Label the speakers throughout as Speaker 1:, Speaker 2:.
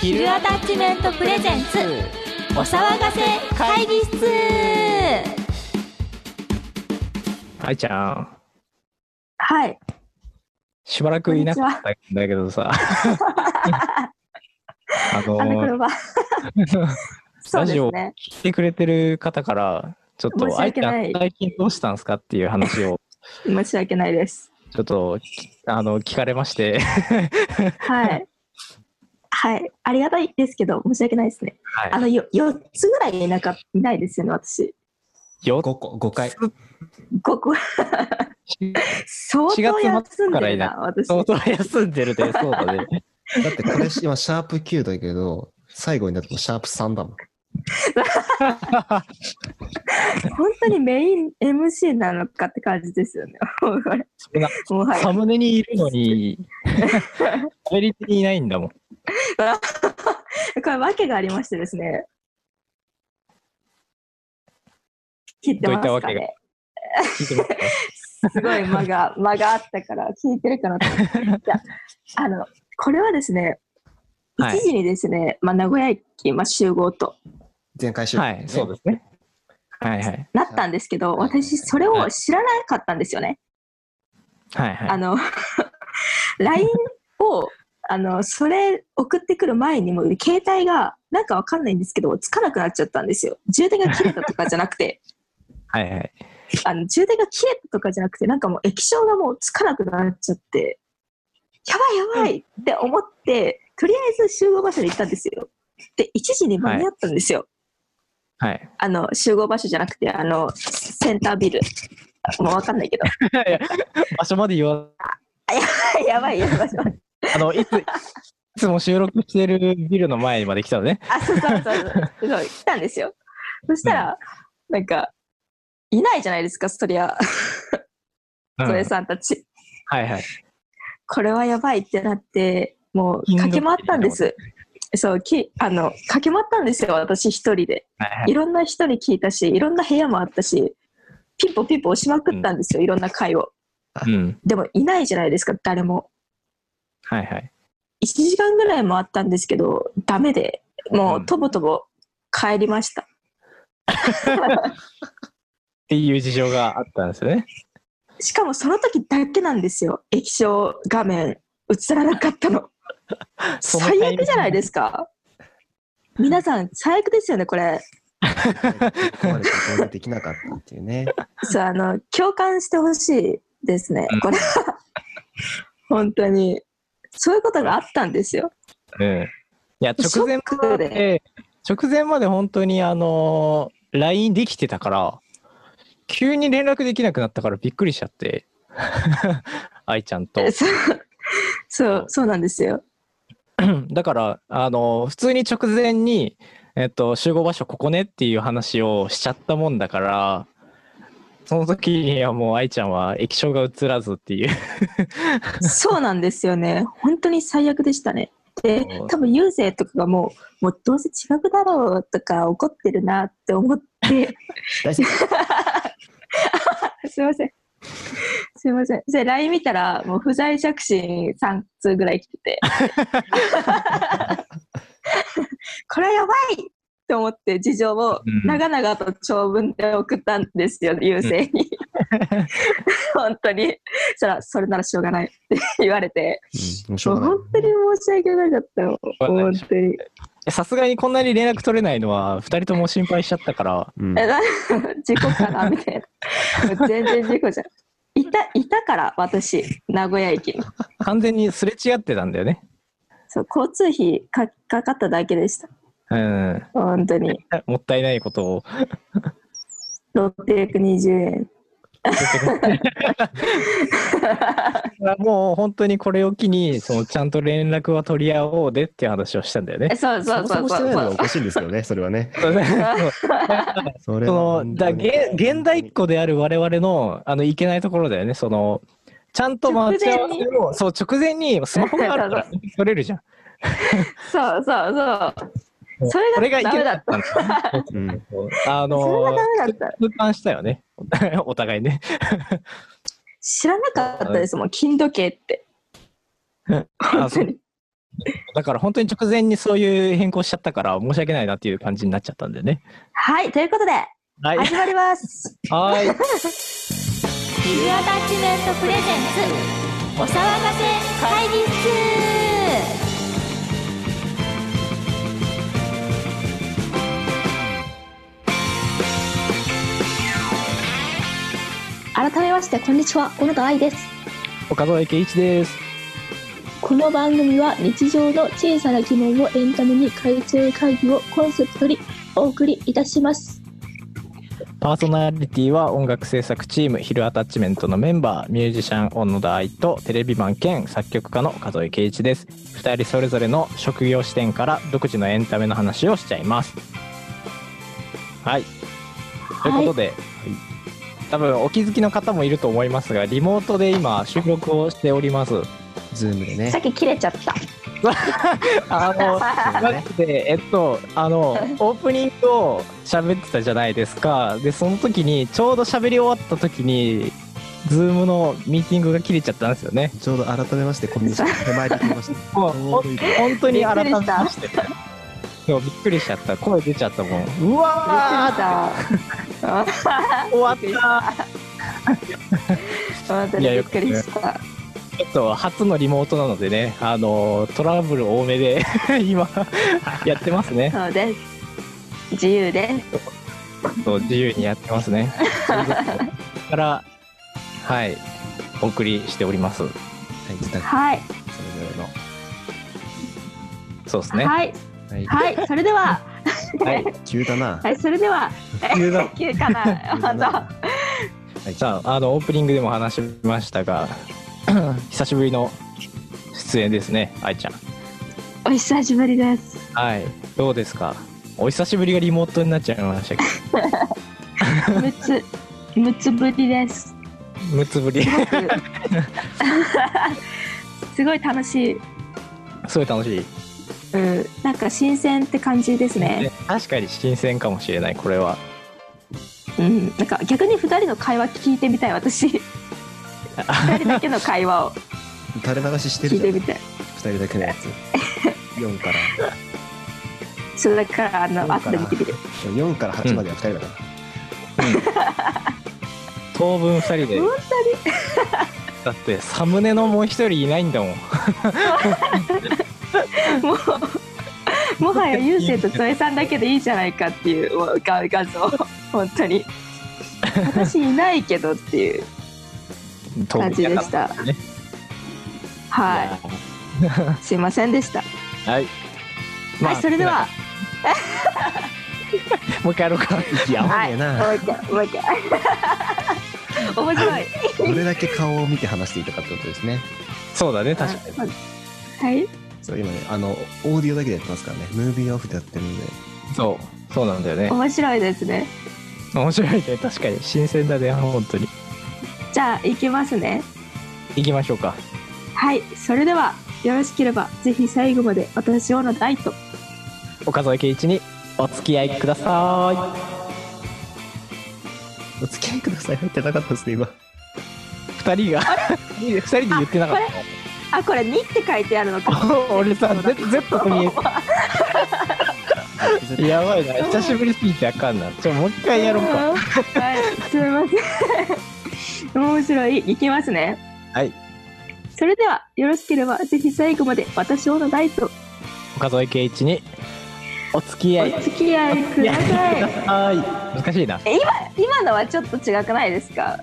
Speaker 1: ヒルアタッチメントプレゼンツお騒がせ会議室
Speaker 2: 愛ちゃん、
Speaker 3: はい。
Speaker 2: しばらくいなかったんだけどさ。あ
Speaker 3: あの
Speaker 2: の、
Speaker 3: 車。 そ
Speaker 2: ラ
Speaker 3: うで
Speaker 2: ジ
Speaker 3: す
Speaker 2: オ
Speaker 3: ね。
Speaker 2: 聞いてくれてる方から、ちょっ
Speaker 3: 申
Speaker 2: と、
Speaker 3: し
Speaker 2: 愛
Speaker 3: 訳
Speaker 2: ちゃ
Speaker 3: ない
Speaker 2: ん、最近どうしたんすかっていう話を、
Speaker 3: 申し訳ないです。
Speaker 2: ちょっと、きあの、聞かれまして、
Speaker 3: はい。はい。ありがたいですけど、申し訳ないですね。あ
Speaker 2: は
Speaker 3: の、よ4つぐらいいなかいないですよね、私。
Speaker 2: い、4
Speaker 4: 5個、5回。
Speaker 3: 5個。相当休んでるな、私。
Speaker 2: 相当休んでるで、そうだ ね。
Speaker 4: だってこれ今、シャープ9だけど、最後になってもシャープ3だもん。
Speaker 3: 本当にメイン MC なのかって感じですよね。 もうこれ
Speaker 2: そんな
Speaker 3: もは
Speaker 2: サ
Speaker 3: や。
Speaker 2: ムネにいるのに、喋り手にいないんだもん。
Speaker 3: これ、訳がありましてですね。聞いてま
Speaker 2: どういった
Speaker 3: すか
Speaker 2: 訳が
Speaker 3: ね。
Speaker 2: 聞いてますか
Speaker 3: すごい間が、間があったから、聞いてる かなと思って。いや、あの、これはですね、
Speaker 2: は
Speaker 3: 1
Speaker 2: い
Speaker 3: 時にですね、まあ、名古屋駅、まあ、集合と
Speaker 4: 前 回週。
Speaker 2: はい、そうですね。はいはい。
Speaker 3: なったんですけど、
Speaker 4: はい
Speaker 3: 私、それを知らなかったんですよね。
Speaker 2: はいはい。
Speaker 3: あの、LINE を、あの、それ送ってくる前にも、携帯が、なんかわかんないんですけど、つかなくなっちゃったんですよ。充電が切れたとかじゃなくて、
Speaker 2: はいはい。
Speaker 3: あの充電が切れたとかじゃなくて、なんかもう液晶がもうつかなくなっちゃって、やばいやばいって思って、とりあえず集合場所に行ったんですよ。で、1時に間に合ったんですよ。
Speaker 2: はい。
Speaker 3: あの、集合場所じゃなくて、あの、センタービル。もうわかんないけど。
Speaker 2: いや場所まで言わ
Speaker 3: やばいやばい。
Speaker 2: あの、いつ、いつも収録してるビルの前まで来たのね。
Speaker 3: あ、そうそうそうそう。そう、来たんですよ。そしたら、なんか、いないじゃないですか、そりゃ、
Speaker 2: うん
Speaker 3: それさんたち。
Speaker 2: はいはい。
Speaker 3: これはやばいってなって、も
Speaker 2: イン
Speaker 3: う
Speaker 2: ド
Speaker 3: 駆け回ったんです。そう、きあの、駆け回ったんですよ、私一人で。
Speaker 2: はいはい
Speaker 3: いろんな人に聞いたし、いろんな部屋もあったし、ピンポンピンポン押しまくったんですよ、いろんな回を。
Speaker 2: うん。
Speaker 3: でも、いないじゃないですか、誰も。
Speaker 2: はいはい。
Speaker 3: 1時間ぐらい回ったんですけど、ダメで、も
Speaker 2: うん
Speaker 3: う、とぼとぼ帰りました。
Speaker 2: っていう事情があったんですよね。
Speaker 3: しかもその時だけなんですよ液晶画面映らなかったの
Speaker 2: そのタイミン
Speaker 3: 最
Speaker 2: グ
Speaker 3: 悪じゃないですか皆さん最悪ですよねこれ
Speaker 4: 壊れて合流できなかったっていうね。
Speaker 3: そうあの共感してほしいですねこれは本当にそういうことがあったんですよ
Speaker 2: うん。いや、直前まで、直前まで本当にあのー、LINE できてたから、急に連絡できなくなったからびっくりしちゃって。 愛ちゃんと。
Speaker 3: そうそうそうなんですよ
Speaker 2: だから、あのー、普通に直前に、えっと、集合場所ここねっていう話をしちゃったもんだから、その時にはもう愛ちゃんは液晶が映らずっていう。
Speaker 3: そうなんですよね。本当に最悪でしたね。で
Speaker 2: そう、
Speaker 3: 多分優勢とかがもう、もうどうせ違くだろうとか怒ってるなって思って。
Speaker 4: 大丈
Speaker 3: すいません。すいません。で、LINE 見たら、もう不在着信3通ぐらい来てて。これはやばいって思って事情を
Speaker 2: うん
Speaker 3: 長々と長文で送ったんですよ、優勢に。 本当に。そしたら、それならしょうがないって言われて。
Speaker 4: うん、もうしょ
Speaker 3: もう
Speaker 4: うがない
Speaker 3: 本。当に申し訳なかったよ。本当に。
Speaker 2: さすがにこんなに連絡取れないのは2人とも心配しちゃったから
Speaker 4: うん
Speaker 3: え、な事故かなみたいな。全然事故じゃん。いた、いたから、私、名古屋駅に。
Speaker 2: 完全にすれ違ってたんだよね。
Speaker 3: そう、交通費かかかっただけでした。
Speaker 2: うん、
Speaker 3: 本当に。
Speaker 2: もったいないことを。
Speaker 3: 620円。
Speaker 2: もう本当にこれを機にそのちゃんと連絡は取り合おうでっていう話をしたんだよね
Speaker 3: え。そう
Speaker 4: そ
Speaker 3: そう
Speaker 4: もそ
Speaker 3: そう
Speaker 4: もして
Speaker 3: そうそ
Speaker 4: ないのはお
Speaker 3: う。
Speaker 4: かしいんですけどね、それはね。
Speaker 2: そう
Speaker 4: それは
Speaker 2: その
Speaker 4: 本
Speaker 2: だ
Speaker 4: 当に
Speaker 2: 現現代っ子である我々のあのいけないところだよね。そのちゃんと待ち合わせをそう直前にスマホがあ るから取れるじゃん。
Speaker 3: そうそうそう。それがダメだった
Speaker 2: それがいけなかったんだ
Speaker 4: うん
Speaker 2: あ
Speaker 3: それ
Speaker 2: の
Speaker 3: がダメだった。
Speaker 2: 痛感したよね。 お互いね。
Speaker 3: 知らなかったですもん、金時計って。
Speaker 2: あ
Speaker 3: 本
Speaker 2: そ
Speaker 3: 当
Speaker 2: う
Speaker 3: に。
Speaker 2: だから本当に直前にそういう変更しちゃったから申し訳ないなっていう感じになっちゃったんでね。
Speaker 3: はい、ということで、
Speaker 2: はい。
Speaker 3: 始まります。
Speaker 2: はい。
Speaker 1: ビズアタッチメントプレゼンツお騒がせ会議室
Speaker 5: 改めましてこんにちは小野田愛です
Speaker 2: 岡添圭一です。
Speaker 5: この番組は日常の小さな疑問をエンタメに改正会議をコンセプトにお送りいたします
Speaker 2: パーソナリティは音楽制作チームヒルアタッチメントのメンバーミュージシャン小野田愛とテレビマン兼作曲家の岡添圭一です2人それぞれの職業視点から独自のエンタメの話をしちゃいますはいということで、多分お気づきの方もいると思いますがリモートで今収録をしております
Speaker 4: ズームでね
Speaker 3: さっ。き 切れちゃった。
Speaker 2: あの マジでえっとあのオープニングを喋ってたじゃないですかでその時にちょうど喋り終わった時にズームのミーティングが切れちゃったんですよね
Speaker 4: ちょうど改めまして、こんにちは。手前で来ました。
Speaker 2: もう
Speaker 4: ち
Speaker 2: ほ
Speaker 4: ょうんどいい
Speaker 2: 本当に改めましてそうびっくりしちゃった声出ちゃったもんうわ
Speaker 3: あ
Speaker 2: ー終わっ
Speaker 3: 本当
Speaker 2: い
Speaker 3: に
Speaker 2: や
Speaker 3: び
Speaker 2: よ
Speaker 3: っ
Speaker 2: く
Speaker 3: くりした。
Speaker 2: たちょっと初のリモートなのでねあのトラブル多めで 今やってますね
Speaker 3: そうです。自由です。
Speaker 2: そう自由にやってます ね。から、はい、お送りしております。
Speaker 4: はい、自宅
Speaker 3: はい、
Speaker 4: それぞれの。
Speaker 2: そうですね。
Speaker 3: はい、
Speaker 4: はい、
Speaker 3: はい、それで は、
Speaker 2: はい、
Speaker 4: 急だな
Speaker 3: は。い、それでは、
Speaker 2: 急だ
Speaker 3: 急かな、
Speaker 4: 急だ
Speaker 3: 本
Speaker 4: な
Speaker 3: 当。
Speaker 4: はい、じゃ
Speaker 2: さあ、あのオープニングでも話しましたが、 久しぶりの出演ですね、愛ちゃん。
Speaker 3: お久しぶりです。
Speaker 2: はい、どうですか。お久しぶりがリモートになっちゃいましたけ
Speaker 3: むつ、むつぶりです。
Speaker 2: ど、むつぶり、
Speaker 3: すごい楽しい。
Speaker 2: すごい楽しい。
Speaker 3: うん、なんか新鮮って感じですね。
Speaker 2: ね確かに新鮮かもしれない、これは。
Speaker 3: うん、なんか逆に二人の会話聞いてみたい、 私。二人だけの会話を
Speaker 4: 垂れ流しして
Speaker 3: 聞
Speaker 4: る
Speaker 3: いて
Speaker 4: じゃん。
Speaker 3: みたい。
Speaker 4: 二人だけのやつ。4から。
Speaker 3: そうだから、あの、
Speaker 4: どう
Speaker 3: 後
Speaker 4: か
Speaker 3: で
Speaker 4: な
Speaker 3: 見てみる。
Speaker 4: 4から8までは2人だから。
Speaker 2: 当分二人で。
Speaker 3: 本
Speaker 2: だってサムネのもう一人いないんだもん。
Speaker 3: もう、 もはや優勢とゾエさんだけでいいじゃないかっていうもう画画像、 本当に。私いないけどっていう感じでした。
Speaker 2: ね
Speaker 3: は、
Speaker 2: はい
Speaker 3: すいませんでした。
Speaker 2: い。はい。
Speaker 3: はい、それでは、
Speaker 2: もう一回やろうか。
Speaker 4: 息合わ
Speaker 3: は
Speaker 4: ね
Speaker 3: い、
Speaker 4: え
Speaker 3: も
Speaker 4: な。
Speaker 3: う一回、もう一回。 面白い。
Speaker 4: どれだけ顔を見て話していたかってことですね。
Speaker 2: そうだね、確かに。
Speaker 3: はい、
Speaker 4: そう、今ね、あの、オーディオだけでやってますからね。ムービーオフでやってるんで。
Speaker 2: そう、そうなんだよね。
Speaker 3: 面白いですね。
Speaker 2: 面白いね、確かに。新鮮だね、本当に。
Speaker 3: じゃあ、行きますね。
Speaker 2: 行きましょうか。
Speaker 3: はい、それでは、よろしければ、ぜひ最後まで私をのダイト。
Speaker 2: 岡添圭一にお付き合いくださ
Speaker 4: お付き合いください。入ってなかったですね、今。
Speaker 2: い。二人が、二人で言ってなかっ
Speaker 3: あ、これ、2って書いてあるのか。
Speaker 2: た。俺さ、Z, Z と見えた やばいな、久しぶりすぎてあかんな。ちょ、もう一回やろうか。
Speaker 3: はい、すみません。面白い。いきますね。
Speaker 2: はい。
Speaker 3: それでは、よろしければ、ぜひ最後まで私をのダイト、
Speaker 2: 岡添圭一にお付き合い
Speaker 3: お付き合いください。
Speaker 2: はい。難しいな。
Speaker 3: 今のはちょっと違くないですか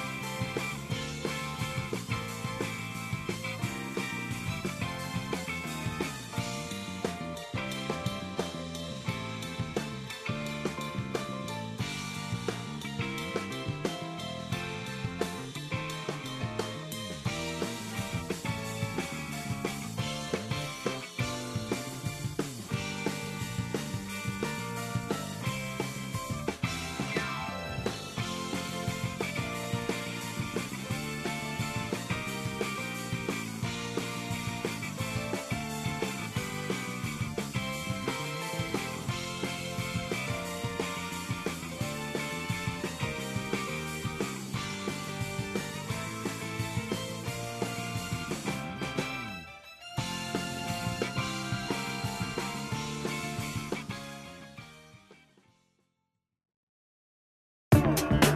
Speaker 4: 「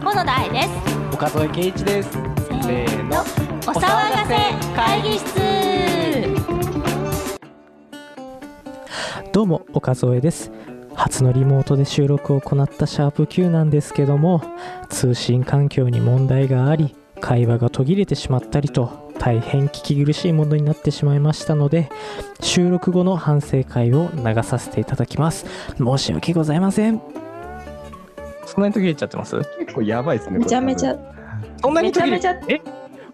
Speaker 1: 細田愛です
Speaker 2: 岡添圭一ですせーの
Speaker 1: お騒がせ会議室
Speaker 2: どうも岡添です初のリモートで収録を行ったシャープ Q なんですけども通信環境に問題があり会話が途切れてしまったりと大変聞き苦しいものになってしまいましたので収録後の反省会を流させていただきます申し訳ございませんそんなに途切れちゃってます
Speaker 4: 結構やばいですね。
Speaker 3: めちゃめちゃ
Speaker 4: こ、
Speaker 2: そんなに途切れ
Speaker 3: めちゃめち
Speaker 2: え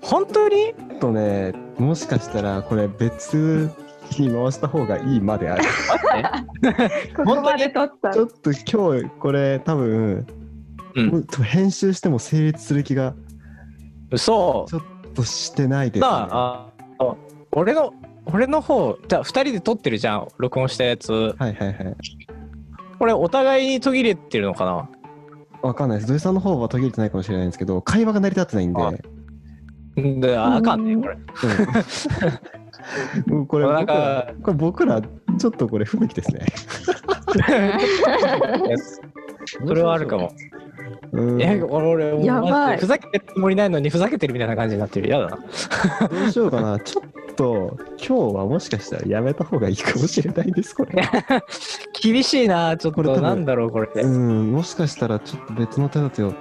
Speaker 2: 本当に
Speaker 4: れ多分ちょっとね、もしかしたらこれ別に回した方がいいまで ある。
Speaker 3: ここまで撮った
Speaker 4: ち。ょっと今日これ多分、
Speaker 2: うん
Speaker 4: もう多分編集しても成立する気が
Speaker 2: 嘘
Speaker 4: ちょっとしてないです、ね。
Speaker 2: なあああ俺の俺の方じゃあ2人で撮ってるじゃん録音したやつ
Speaker 4: はいはいはい。
Speaker 2: これお互いに途切れてるのかな
Speaker 4: わかんないです。土井さんの方は途切れてないかもしれないんですけど、会話が成り立ってないんで、
Speaker 2: あでああかんねこれ
Speaker 4: うん もうこれ
Speaker 2: なん
Speaker 4: 僕、
Speaker 2: から
Speaker 4: これ僕ら、ちょっとこれ不向きですね。
Speaker 2: それはあるかも。
Speaker 4: うん
Speaker 2: え、俺、俺、俺
Speaker 3: やばい
Speaker 2: マジでふざけてるつもりないのに、ふざけてるみたいな感じになってる。やだな。
Speaker 4: どうしようかな。ちょっと、今日はもしかしたらやめた方がいいかもしれないです、これ。
Speaker 2: 厳しいな、ちょっと。
Speaker 4: これ多分
Speaker 2: なんだろう、これ。
Speaker 4: うん、もしかしたらちょっと別の手立てを考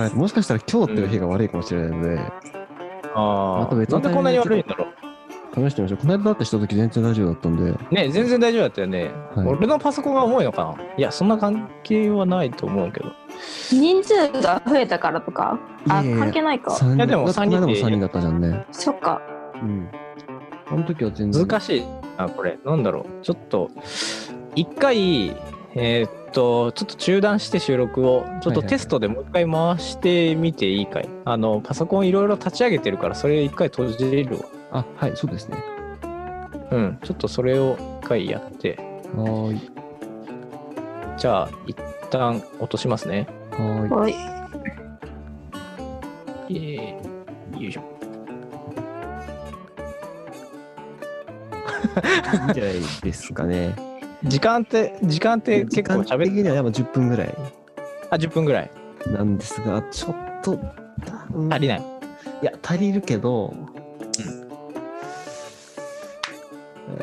Speaker 4: えて、もしかしたら今日っていう日が悪いかもしれないので、
Speaker 2: あ
Speaker 4: ま
Speaker 2: あ、
Speaker 4: た別
Speaker 2: な
Speaker 4: の
Speaker 2: んでこんなに悪いんだろ
Speaker 4: 試してみましょう。この間だってした時全然大丈夫だったんで、
Speaker 2: う。ね、全然大丈夫だったよね。
Speaker 4: はい
Speaker 2: 俺のパソコンが重いのかな。いや、そんな関係はないと思うけど。
Speaker 3: 人数が増えたからとか。あ、
Speaker 4: いやいや
Speaker 3: 関係ないか。
Speaker 4: 三人
Speaker 2: いやでも
Speaker 4: だってこの間
Speaker 2: 三
Speaker 4: も
Speaker 2: 人で
Speaker 4: 3人だったじゃんね。
Speaker 3: そっか。
Speaker 4: うん。あの時は全然。
Speaker 2: 難しいな、これ。なんだろう。ちょっと、一回、えーっと、ちょっと中断して収録を、ちょっとテストでもう一回回してみていいかい。あの、パソコンいろいろ立ち上げてるから、それ一回閉じれるわ。
Speaker 4: あ、はい、そうですね。
Speaker 2: うん、ちょっとそれを一回やって、
Speaker 4: はーい。
Speaker 2: じゃあ、一旦落としますね。
Speaker 4: はーい。
Speaker 3: はい。
Speaker 2: えー、よいしょ。
Speaker 4: いいんじゃないですかね。
Speaker 2: 時間って、時間って結構
Speaker 4: 時間的
Speaker 2: 喋っ
Speaker 4: にはやっぱ10分ぐらい
Speaker 2: あ、10分ぐらい。
Speaker 4: なんですが、ちょっと、うん
Speaker 2: 足りない。
Speaker 4: いや、足りるけど、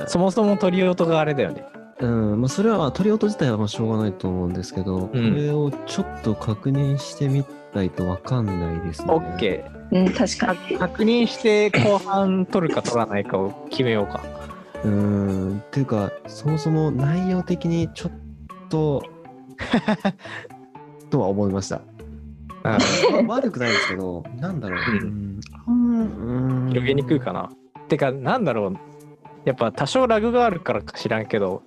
Speaker 2: そもそも取り音があれだよね。
Speaker 4: うん、まあ、それはまあ取り音自体はまあしょうがないと思うんですけど、これをちょっと確認してみないとわかんないですね。
Speaker 2: OK。
Speaker 3: うん、確かに。
Speaker 2: 確認して後半取るか取らないかを決めようか。
Speaker 4: うん、っていうか、そもそも内容的にちょ っと、とは思いました。まあ悪くないですけど、なんだろう。
Speaker 2: う
Speaker 4: うん、
Speaker 2: 広げにくいかな。てか、なんだろう。やっぱ多少ラグがあるからか知らんけど、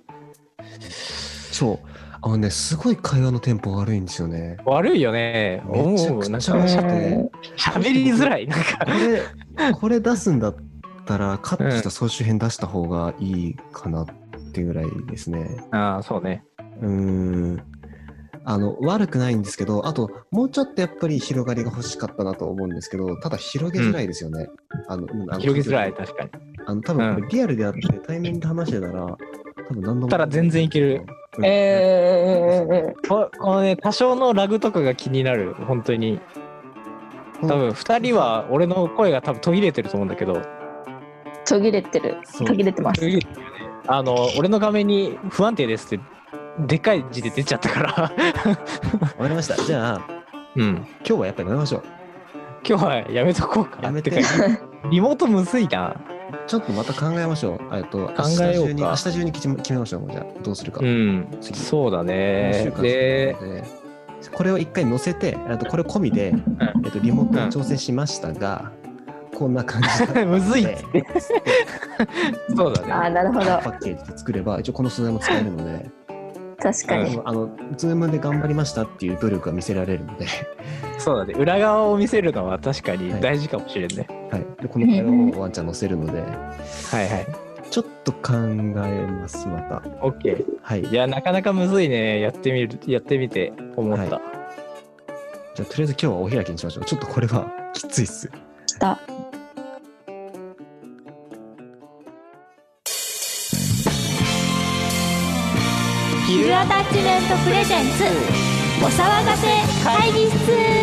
Speaker 4: そう。あのね、すごい会話のテンポ悪いんですよね。
Speaker 2: 悪いよね。思
Speaker 4: めちゃ
Speaker 2: う。なん
Speaker 4: くち
Speaker 2: か
Speaker 4: ゃ
Speaker 2: 喋
Speaker 4: 悪くて、
Speaker 2: りづらい。なんか
Speaker 4: こ れ、これ出すんだったら、カットした総集編出した方がいいかなっていうぐらいですね。
Speaker 2: ああ、そうね。
Speaker 4: うーん。あの、悪くないんですけど、あと、もうちょっとやっぱり広がりが欲しかったなと思うんですけど、ただ広げづらいですよね。あの、うんあの
Speaker 2: 広げづらい、。確かに。
Speaker 4: あの、多分これリアルであって、対面で話してたら、多分何度も。
Speaker 2: たら全然いける。
Speaker 4: うん
Speaker 3: え
Speaker 2: ここのね多少のラグとかが気になる本当に多分2人は俺の声が多分途切れてると思うんだけど
Speaker 3: ー、途切れてる。
Speaker 4: そう
Speaker 3: 途切れてます。
Speaker 2: 途切れてるよねあの俺の画面に「不安定です」ってでかい字で出ちゃったから
Speaker 4: わかりました。じゃあ、
Speaker 2: うん
Speaker 4: 今日はやっぱりやめましょう。
Speaker 2: 今日はやめとこうか
Speaker 4: やめて
Speaker 2: かリモートむずいな
Speaker 4: ちょっとまた考えましょう。えっと、
Speaker 2: 考えようか
Speaker 4: 明日中に明日中に決め決めましょう。じゃあ、どうするか。
Speaker 2: う
Speaker 4: こ
Speaker 2: ん
Speaker 4: 次
Speaker 2: そうだ
Speaker 4: の
Speaker 2: ね
Speaker 4: 週間
Speaker 2: で
Speaker 4: でこれを一回載せて、あとこれ込みで、えっと、リモートに調整しましたが、こんな感じ で
Speaker 2: むずいっ
Speaker 4: で
Speaker 2: つってそうだね
Speaker 3: あー、なるほど
Speaker 4: パ。ッケージで作れば、一応この素材も使えるので、
Speaker 3: 確かに。
Speaker 4: あの、ズームで頑張りましたっていう努力が見せられるので、
Speaker 2: そうだね裏側を見せるのは確かに大事かもしれんね、
Speaker 4: はい、でこの会話もワンちゃん載せるので、
Speaker 2: はい、はい
Speaker 4: ちょっと考えます、また。
Speaker 2: オッケー。
Speaker 4: はい。
Speaker 2: い
Speaker 4: じゃ
Speaker 2: やなかなかむずいねやってみるやってみて思った、
Speaker 4: はあ、とりあえず今日はお開きにしましょう。ちょっとこれはきついっす。
Speaker 3: 来た。
Speaker 1: ヒルアタッチメントプレゼンツお騒がせ会議室